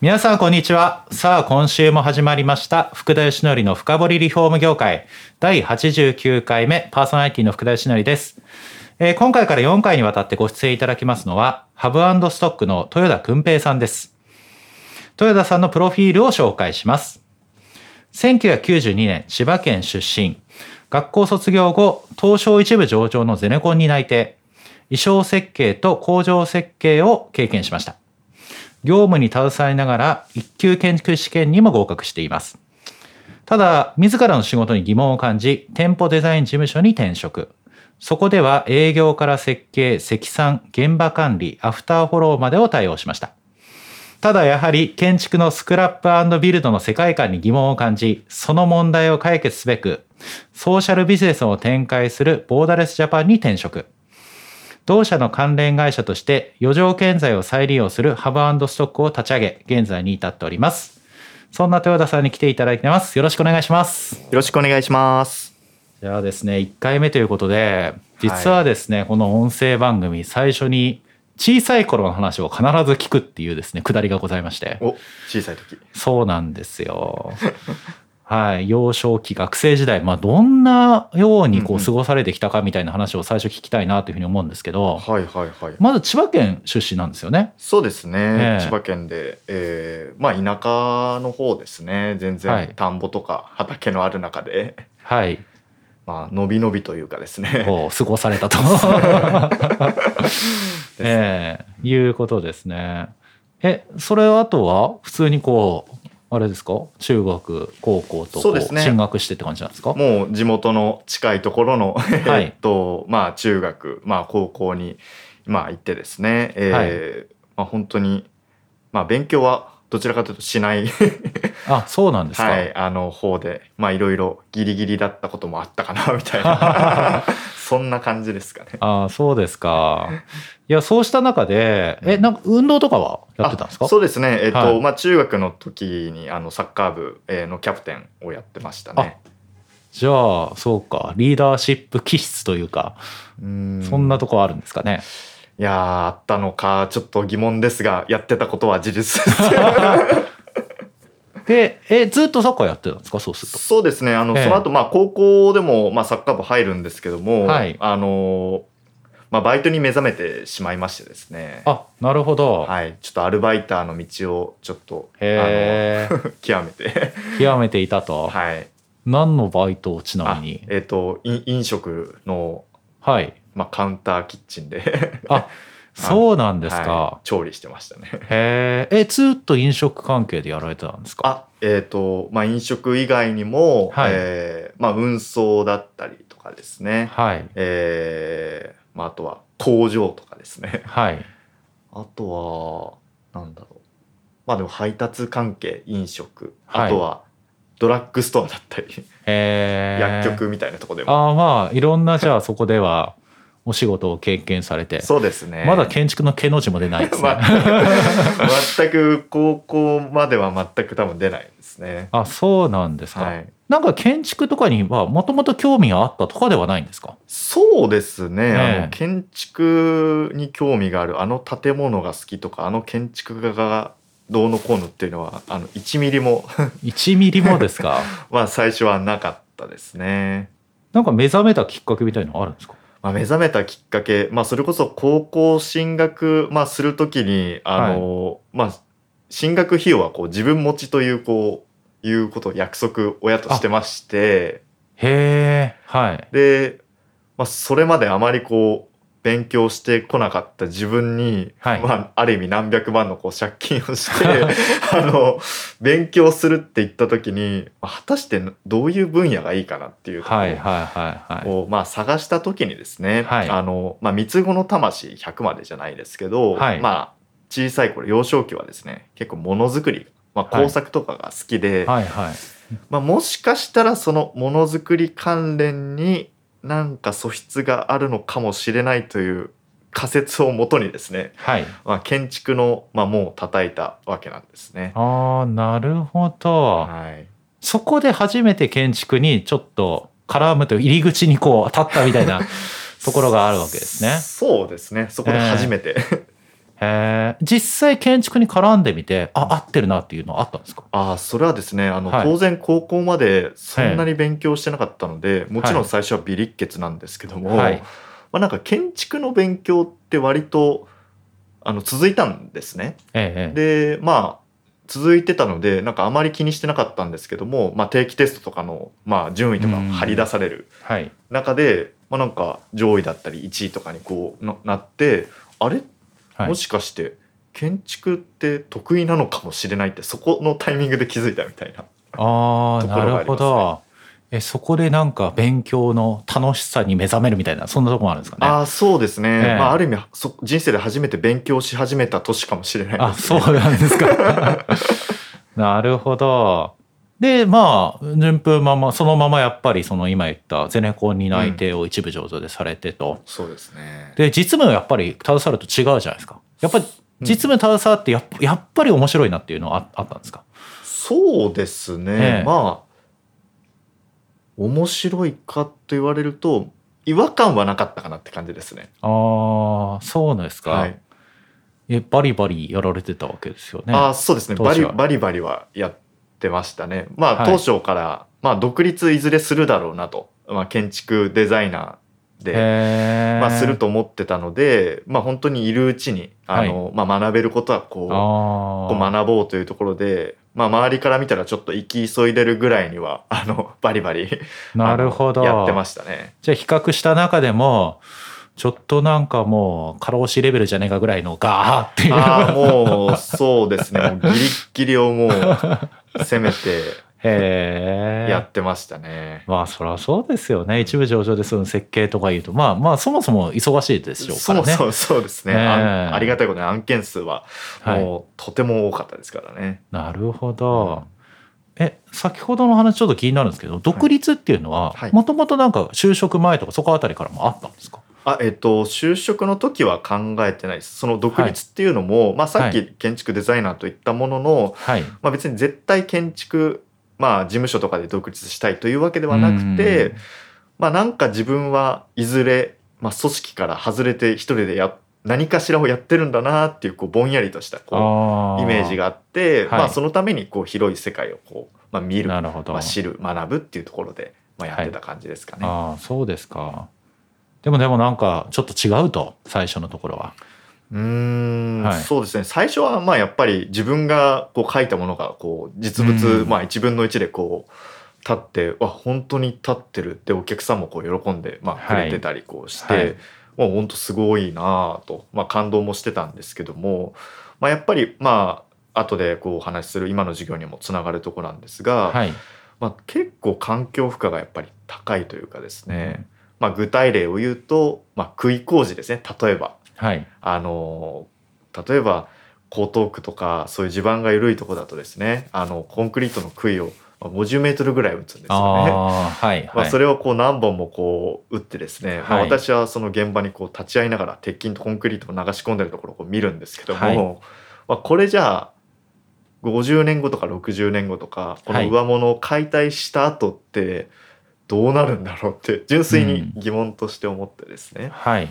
皆さんこんにちはさあ今週も始まりました福田義則の深掘りリフォーム業界第89回目パーソナリティの福田義則です、えー今回から4回にわたってご出演いただきますのはハブストックの豊田君平さんです豊田さんのプロフィールを紹介します1992年千葉県出身学校卒業後東証一部上場のゼネコンに内定衣装設計と工場設計を経験しました業務に携わりながら一級建築試験にも合格しています。ただ、自らの仕事に疑問を感じ、店舗デザイン事務所に転職。そこでは営業から設計、積算、現場管理、アフターフォローまでを対応しました。ただやはり建築のスクラップビルドの世界観に疑問を感じ、その問題を解決すべく、ソーシャルビジネスを展開するボーダレスジャパンに転職。同社の関連会社として余剰建材を再利用するハブストックを立ち上げ、現在に至っております。そんな豊田さんに来ていただいてます。よろしくお願いします。よろしくお願いします。じゃあですね、1回目ということで、実はですね、この音声番組、最初に小さい頃の話を必ず聞くっていうですね、くだりがございまして。お、小さい時。そうなんです よ。はい、幼少期学生時代、まあ、どんなようにこううんうん過ごされてきたかみたいな話を最初聞きたいなというふうに思うんですけど、はいはいはい。まず千葉県出身なんですよね。そうですねえ。え千葉県で、えー、まあ田舎の方ですね。全はい然田んぼとか畑のある中で、 はい。まあのびのびというかですね。こう過ごされ たと。ええいうことですね。え、それあとは普通にこう、あれですか中学、高校とこそうですね進学してって感じなんですかもう地元の近いところの、 いえっとまあ中学、まあ高校にまあ行ってですね。えーまあ本当にまあ勉強はどちらかというとしない、あ、そうなんですか、はい、あの方でまあいろいろギリギリだったこともあったかな みた いなそんな感じですかね。ああ、そうですか。いや、そうした中で、え、なんか運動とかはやってたんですかあそうですね。えっ、と、はいまあ中学の時にあのサッカー部えーのキャプテンをやってましたね。じゃあ、そうか。リーダーシップ気質というか、そそんなとこあるんですかね。いやーあったのかちょっと疑問ですがやってたことは事実です。 で、え、ずっとサッカーやってたんですかそうすると。そうですね。あの、ええその後まあ高校でもまあサッカー部入るんですけども、はいあのーまあバイトに目覚めてしまいましてですね。あ、なるほど。はい、ちょっとアルバイターの道をちょっとあのへえ、極 めて極めていたと。はい何のバイトをちなあみに。えっ、とい飲食の、はい。まあ、カウンターキッチンであ、そうなんですはか。い調理してましたねへえ、え、ずっと飲食関係でやられてたんですかあえっ、とまあ飲食以外にも、はいえーまあ、運送だったりとかですねはい。えーまあ、あとは工場とかで すねはい。あとはなんだろうまあでも配達関係飲食はいあとはドラッグストアだったり、へえ。薬局みたいなとこでもああまあいろんなじゃあそこではお仕事を経験されて、そうですねまだ建築のけの字も出ないですね。 ま全く高校までは全く多分出ないですね。あそうなんですか、はい、なんか建築とかにはもともと興味があったとかではないんですかそうですね、ええあの建築に興味があるあの建物が好きとかあの建築家がどうのこうのっていうのはあの1ミリも 1ミリもですかまあ最初はなかったですね。なんか目覚めたきっかけみたいのあるんですかまあ、目覚めたきっかけ、まあ、それこそ高校進学、まあ、するときにあの、まあ、進学費用はこう自分持ちというこういうことを約束親としてまして。へえはいで、まあ、それまであまりこう勉強してこなかった自分に、はいまあ、ある意味何百万のこう借金をして あの勉強するって言った時にまあ果たしてどういう分野がいいかなっていうところをはいはいはいはいをまあ、探した時にですね、はいあのまあ、三つ子の魂100までじゃないですけど、はいまあ、小さい頃幼少期はですね結構ものづくりまあ、工作とかが好きで、はいはい。まあ、もしかしたらそのものづくり関連になんか素質があるのかもしれないという仮説をもとにですね、はい。まあ、建築の、まあ、門を叩いたわけなんですね。ああ、なるほど。はい、そこで初めて建築にちょっと絡むという入り口にこう立ったみたい なところがあるわけですね。そうですねそこで初めて、へえ。実際建築に絡んでみて、あ、合ってるなっていうのはあったんですかああそれはですねあの、はい当然高校までそんなに勉強してなかったので、もちろん最初は微力血なんですけども、はい。まあ、なんか建築の勉強って割とあの続いたんですね。ええ。でまあ続いてたのでなんかあまり気にしてなかったんですけども、まあ、定期テストとかの、まあ、順位とかも張り出されるはい。中で、まあ、なんか上位だったり1位とかにこうななってあれはいも。しかして建築って得意なのかもしれないってそこのタイミングで気づいたみたいな。ああ、とこなろがあるりますねほど。え、そこでなんか勉強の楽しさに目覚めるみたいな、そんなとこもあるんですかね。ああそうですね、ええまあ、ある意味そ人生で初めて勉強し始めた年かもしれない あ、ですそねうなんですか。 なるほど。で、まあ、順風まま、そのままやっぱり、その今言ったゼネコンに内定を一部上場でされてと。そうですねで、実務はやっぱり携わると違うじゃないですか。やっぱり、実務携わってやっぱ、やっぱり面白いなっていうのはああったんですかそうですね、ええまあ面白いかと言われると違和感はなかったかなって感じですね。ああ、そうなんですか、はいえ。バリバリやられてたわけですよね。あそうですね当バ初リはバリバリはやってましたね。まはあい当初から、まあ、独立いずれするだろうなと、まあ、建築デザイナーでへえ。まあ、する。と思ってたので、まあ、本当にいるうちにあの、まあ、学べることはこうあこうあ。学ぼうというところで、まあ、周りから見たらちょっと行き急いでるぐらいにはあのバリバリなるほど。あのやってまし たね。じゃあ比較した中でも、ちょっとなんかもう、過労死レベルじゃねえかぐらいのガーっていう。ああもうそうで すねもうギリッギリをもう攻めてへえ。やってましたね。まあそりゃそうですよね。一部上場でその設計とか言うと、まあまあそもそも忙しいでしょうかそらうね。そうそうですね、ええあんありがたいことに案件数ははいもうとても多かったですからね。なるほど。え、先ほどの話ちょっと気になるんですけど、独立っていうのはは、いもともとなんか就職前とかそこあたりからもあったんですかあえっと就職の時は考えてないですその独立っていうのも、まあ、さっはき建築デザイナーと言ったものの、はい。まあ、別に絶対建築、まあ、事務所とかで独立したいというわけではなくて、うんまあ、なんか自分はいずれ、まあ、組織から外れて一人でや何かしらをやってるんだなっていうこうぼんやりとしたこあうイメージががあってはいまあ、そのためにこう広い世界をこう、まあ、見る、なるほど。まあ、知る学ぶっていうところで、まあ、やってた感じですかね。ああそうですかでもでもなんかちょっと違うと最初のところはうーんはいそうですね最初はまあやっぱり自分がこう書いたものがこう実物、うんまあ、1分の1でこう立ってわ本当に立ってるってお客さんもこう喜んで、まあ、くはいれてたりこうして、はいもう本当すごいなぁと、まあ、感動もしてたんですけども、まあ、やっぱりまあ後でこうお話しする今の授業にもつながるとこなんですが、はいまあ、結構環境負荷がやっぱり高いというかですね、まあ、具体例を言うと、まあ、杭工事ですね例えば。はいあの例えば江東区とかそういう地盤が緩いとこだとですねあのコンクリートの杭をまあ50メートルぐらい打つんですよね。ああはいまあ、はいそれをこう何本もこう打ってですね、まはあ、い私はその現場にこう立ち会いながら鉄筋とコンクリートを流し込んでるところをこう見るんですけども、はいまあ、これじゃあ50年後とか60年後とかこはいの上物を解体した後ってどうなるんだろうって純粋に疑問として思ってですね、はい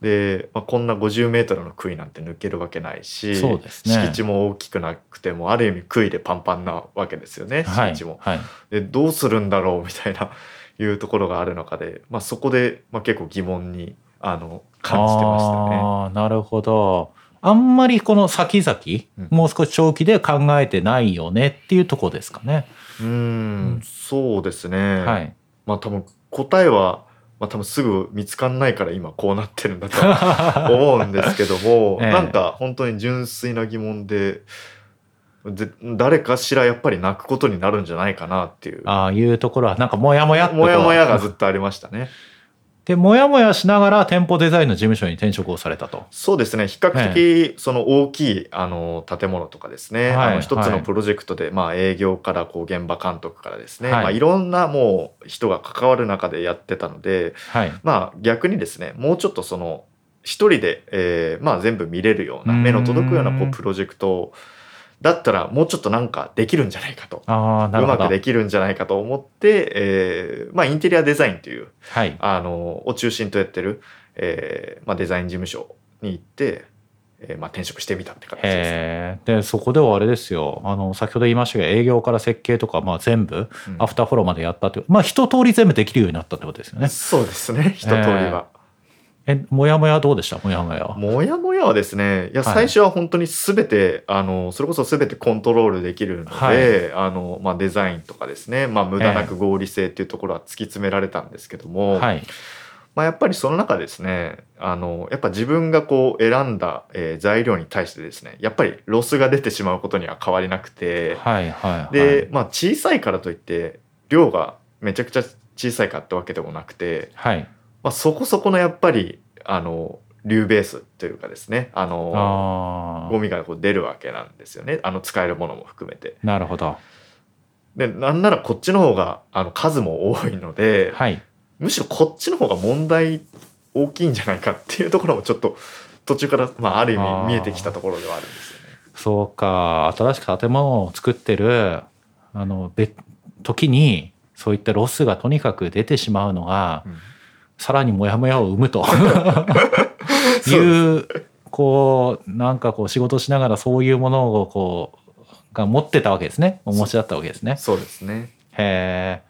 で、まあ、こんな50メートルの杭なんて抜けるわけないし、そうですね敷地も大きくなくてもある意味杭でパンパンなわけですよねは敷い地も。はいでどうするんだろうみたいな いうところがある中で、まあ、そこで、まあ、結構疑問にあの感じてましたね。ああなるほどあんまりこの先々、うんもう少し長期で考えてないよねっていうとこですかね、うーんそうですね、 はいまあ多分答えは、まあ、多分すぐ見つかんないから今こうなってるんだと 思うんですけども、ええなんか本当に純粋な疑問でぜ誰かしらやっぱり泣くことになるんじゃないかなっていうああいうところはなんかモヤモヤっとこうモヤモヤがずっとありましたね。で、もやもやしながら店舗デザインの事務所に転職をされたと。そうですね比較的その大きいあの建物とかですね、はいあの一つはのいプロジェクトで、まあ、営業からこう現場監督からですね、はいいまあ、いろんなもう人が関わる中でやってたので、はい。まあ、逆にですねもうちょっとその一人で、えーまあ、全部見れるような目の届くようなこううんプロジェクトだったらもうちょっとなんかできるんじゃないかと。ああ、なうるほまど。くできるんじゃないかと思って、えーまあ、インテリアデザインというはい。あのを中心とやってる、えーまあ、デザイン事務所に行って、えーまあ、転職してみたって形ですね。へえ。で、そこではあれですよ。あの、先ほど言いましたけど、営業から設計とか、まあ全部、うんアフターフォローまでやったって、まあ一通り全部できるようになったってことですよね。そうですね一通りは、え、もやもやどうでしたもやもやは。もやもやはですねいやはい最初は本当に全て、あのそれこそ全てコントロールできるので、はいあのまあ、デザインとかですね、まあ、無駄なく合理性っていうところは突き詰められたんですけども、はい。まあ、やっぱりその中ですねあのやっぱ自分がこう選んだ、えー材料に対してですねやっぱりロスが出てしまうことには変わりなくて、はい、はい。で、まあ小さいからといって量がめちゃくちゃ小さいかってわけでもなくて、はい、はい。まあ、そこそこのやっぱりあの流ベースというかですねあのあゴミがこう出るわけなんですよねあの使えるものも含めて。あ、なるほど。でなんならこっちの方があの数も多いので、はい。むしろこっちの方が問題大きいんじゃないかっていうところもちょっと途中から、まあ、ある意あー味見えてきたところではあるんですよね。そうか、新しく建物を作ってる、あの、別、時に、そういったロスがとにかく出てしまうのが、さらにモヤモヤを生む という、こう、なんかこう仕事しながらそういうものをこう、が持ってたわけですね。お持ちだったわけですね。そうですね。へえ。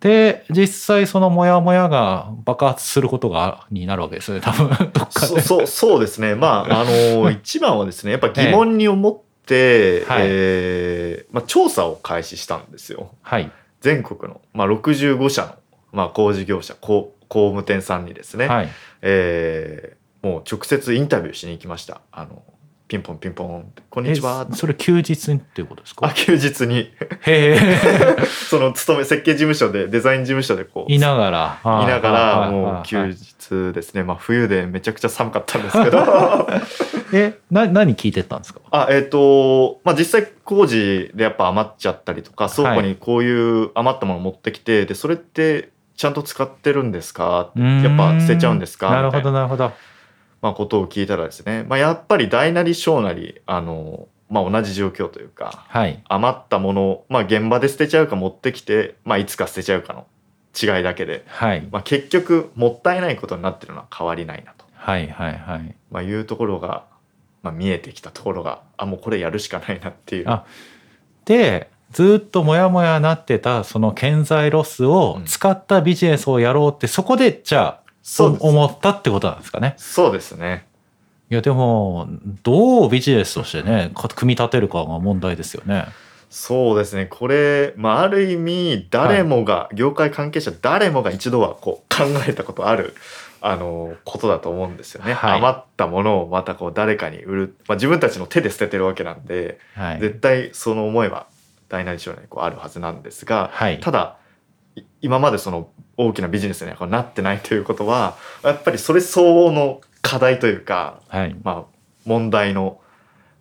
で、実際そのモヤモヤが爆発することが、になるわけですね。多分、 ど っかそうで。そうそうですね。まあ、あ の、一番はですね、やっぱ疑問に思って、えはいーまあ、調査を開始したんですよ。はい。全国の、まあ、65社の、まあ、工事業者、工工務店さんにですね、はい。えーもう直接インタビューしに行きました。あの、ピンポンピンポン、こんにちはえ。それ休日にっていうことですあか休日に、へ え。その勤め、設計事務所で、デザイン事務所でこう、いながら。はいながはら、いもうは休い日ですね、まあ冬でめちゃくちゃ寒かったんですけど、 え、な、何聞いてったんですかあ、えっ、と、まあ、実際工事でやっぱ余っちゃったりとか、倉庫にこういう余ったもの持ってきて、で、それってちゃんと使ってるんですかうーんやっぱ捨てちゃうんですかなるほみたど、いな、なるほど。まあ、ことを聞いたらですね、まあ、やっぱり大なり小なり、あの、まあ、同じ状況というか、はい。余ったものを、まあ、現場で捨てちゃうか持ってきて、まあ、いつか捨てちゃうかの違いだけで、はい。まあ、結局、もったいないことになってるのは変わりないなと、はい、はい、はい。まあ、いうところが、まあ、見えてきたところが、あ、もうこれやるしかないなっていう。あでずっとモヤモヤなってたその健在ロスを使ったビジネスをやろうって、そこでじゃあそうです思ったってことなんですかね。そうですね。いやでもどうビジネスとしてねか組み立てるかが問題ですよね。そうですね。これ、まあ、ある意味、誰もが、業界関係者誰もが一度はこう考えたことある、あの、ことだと思うんですよね。はい余ったものをまたこう誰かに売る。まあ、自分たちの手で捨ててるわけなんで、はい。絶対その思いは大なり小なりこうあるはずなんですが、はい。ただ、い今までその大きなビジネスにはこうなってない ということは、やっぱりそれ相応の課題というか、はい。まあ、問題の、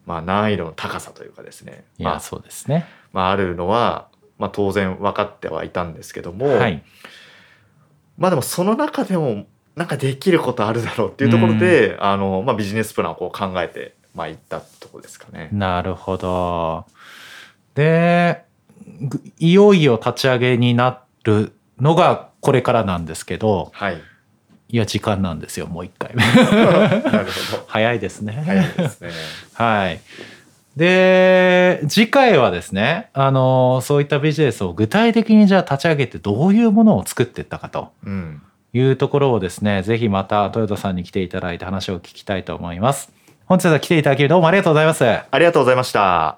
まあ、難易度の高さというかですね。いまやあそうですね。まあ、あるのは、まあ、当然分かってはいたんですけども、はい。っまあでもその中でもなんかできることあるだろうっていうところで、あのまあ、ビジネスプランをこう考えて、まあ、いったところですかね。なるほど。で、ぐいよいよ立ち上げになるのがこれからなんですけど、はい、いや時間なんですよもう一 回目。なるほど。早いですね。早いですね。はい。で、次回はですね、あの、そういったビジネスを具体的にじゃあ立ち上げてどういうものを作っていったかとうん、いうところをですね、ぜひまた豊田さんに来ていただいて話を聞きたいと思います。本日は来ていただきどうもありがとうございます。ありがとうございました。